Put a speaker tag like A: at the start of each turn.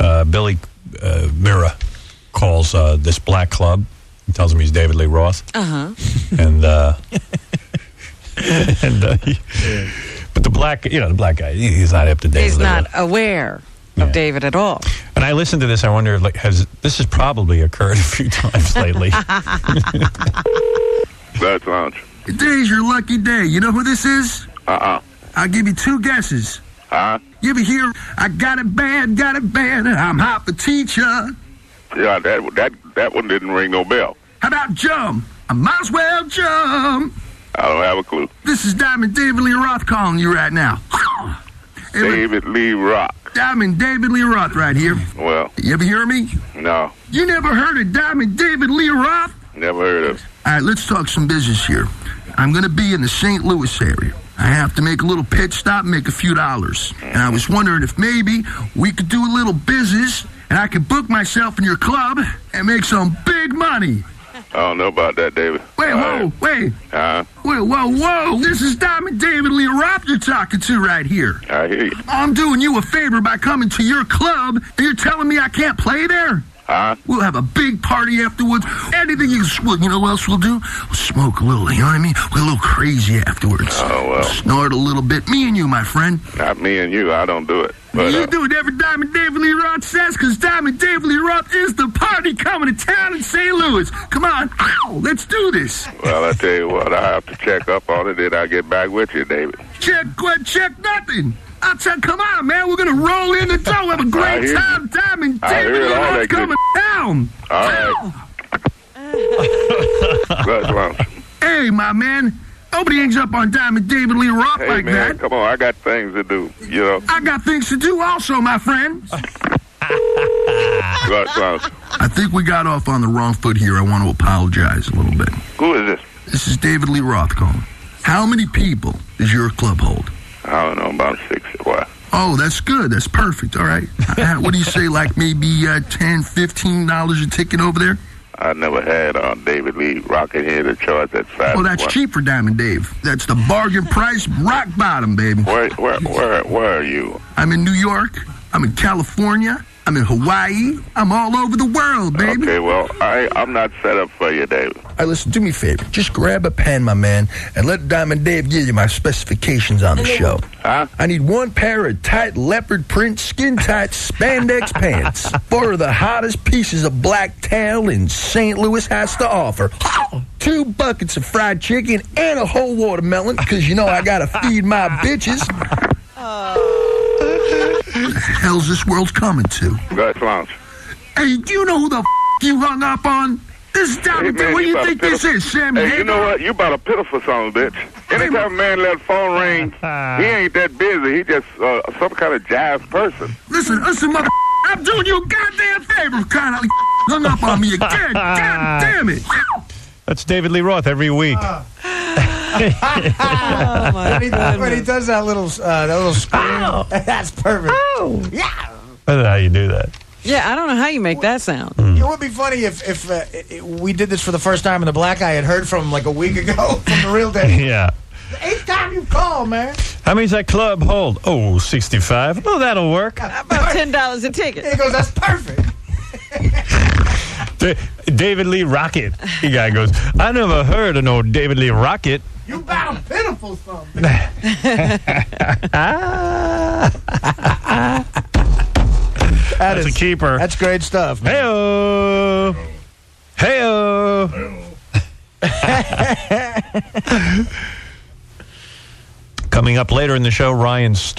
A: uh, Billy uh, Mira calls uh, this black club and tells him he's David Lee Roth.
B: Uh huh.
A: and uh, and uh, he- but the black you know the black guy he- he's not up to date.
B: He's
A: with
B: not
A: everyone.
B: aware
A: Yeah.
B: of David at all.
A: And I listened to this. I wonder like has this has probably occurred a few times lately.
C: That's lounge.
D: Today's your lucky day. You know who this is?
C: Uh-uh.
D: I'll give you two guesses.
C: Huh?
D: You ever hear, I got it bad, got it bad, I'm hot for teacher. How
C: Yeah, that that that one didn't ring no bell.
D: about jump? I might as well jump.
C: I don't have a clue.
D: This is Diamond David Lee Roth calling you right now. Every-
C: David Lee Rock.
D: Diamond David Lee Roth right here.
C: Well,
D: You ever hear me?
C: no,
D: You never heard of Diamond David Lee Roth?
C: never heard of. it.
D: All right, let's talk some business here. I'm going to be in the St. Louis area. I have to make a little pit stop, make a few dollars. And I was wondering if maybe we could do a little business and I could book myself in your club and make some big money.
C: I don't know about that, David.
D: Wait, whoa, wait.
C: Huh?
D: Wait, whoa, whoa. This is Diamond David Lee Roth you're talking to right here.
C: I hear you.
D: I'm doing you a favor by coming to your club and you're telling me I can't play there?
C: Huh?
D: We'll have a big party afterwards. Anything you can, well, you know what else we'll do? We'll smoke a little, you know what I mean? We're a little crazy afterwards.
C: Oh, well.
D: Snort a little bit. Me and you, my friend.
C: Not me and you. I don't do it. But
D: you
C: uh,
D: do whatever Diamond David Lee Roth says, because Diamond David Lee Roth is the party coming to town in St. Louis. Come on, Ow, let's do this.
C: well, I tell you what, I have to check up on it. Then I get back with you, David.
D: Check, what, check nothing. I tell, come on, man. We're gonna roll in the door. Have a
C: I hear
D: great
C: you.
D: time, Diamond
C: I
D: David
C: hear
D: Lee
C: all that
D: Roth
C: good-
D: coming to town.
C: All right. That's lounge.
D: Hey, my man. Nobody hangs up on Diamond David Lee Roth
C: Hey
D: like
C: man,
D: that.
C: come on! I got things to do. You know,
D: I got things to do also, my friend.
C: that's lounge.
D: I think we got off on the wrong foot here. I want to apologize a little bit.
C: Who is this?
D: This is David Lee Roth calling. How many people does your club hold?
C: I don't know. About six. Why?
D: Oh, that's good. That's perfect. All right. Uh, what do you say, like maybe uh, 10 $15 a ticket over there?
C: I never had uh, David Lee rocking here to charge at five.
D: Well, that's
C: one.
D: cheap for Diamond Dave. That's the bargain price, rock bottom, baby.
C: Where, where, where, where are you?
D: I'm in New York. I'm in California. I'm in Hawaii. I'm all over the world, baby.
C: Okay, well, I, I'm not set up for you, David.
D: All right, listen, do me a favor. Just grab a pen, my man, and let Diamond Dave give you my specifications on the show.
C: Huh?
D: I need one pair of tight leopard print, skin tight spandex pants. Four of the hottest pieces of black tail in St. Louis has to offer. Two buckets of fried chicken and a whole watermelon, because you know I gotta feed my bitches. the hell's this world coming to?
C: Gus Lounge.
D: Hey, do you know who the f- you hung up on? This is
C: Hey,
D: Diamond
C: man,
D: Dave. What do you
C: about
D: think
C: a
D: this
C: pitiful-
D: is, Sammy?
C: Hey, you
D: Hagar?
C: know what? You about a pitiful son of a bitch. Anytime a man let a phone ring, he ain't that busy. He just uh, some kind of jive person.
D: Listen, listen, mother. I'm doing you a goddamn favor. Kind of hung up on me again. God damn it.
A: That's David Lee Roth every week.
E: when, he, when he does that little, uh, that little scream, that's perfect.
A: I don't know how you do that.
B: Yeah, I don't know how you make that sound.
E: It would be funny if if uh, i- i- we did this for the first time and the black guy had heard from like a week ago from the real day.
A: Yeah.
E: Eighth time you call, man.
A: How many's that club hold? Oh, 65. Oh, that'll work.
B: About ten dollars a ticket.
E: He goes, that's perfect.
A: Da- David Lee Rocket. The guy goes, I never heard of no David Lee Rocket.
E: You about a pitiful son. that
A: That's a
E: is,
A: keeper.
E: that's great stuff. man.
A: Heyo. Heyo. Coming up later in the show, Ryan Stern.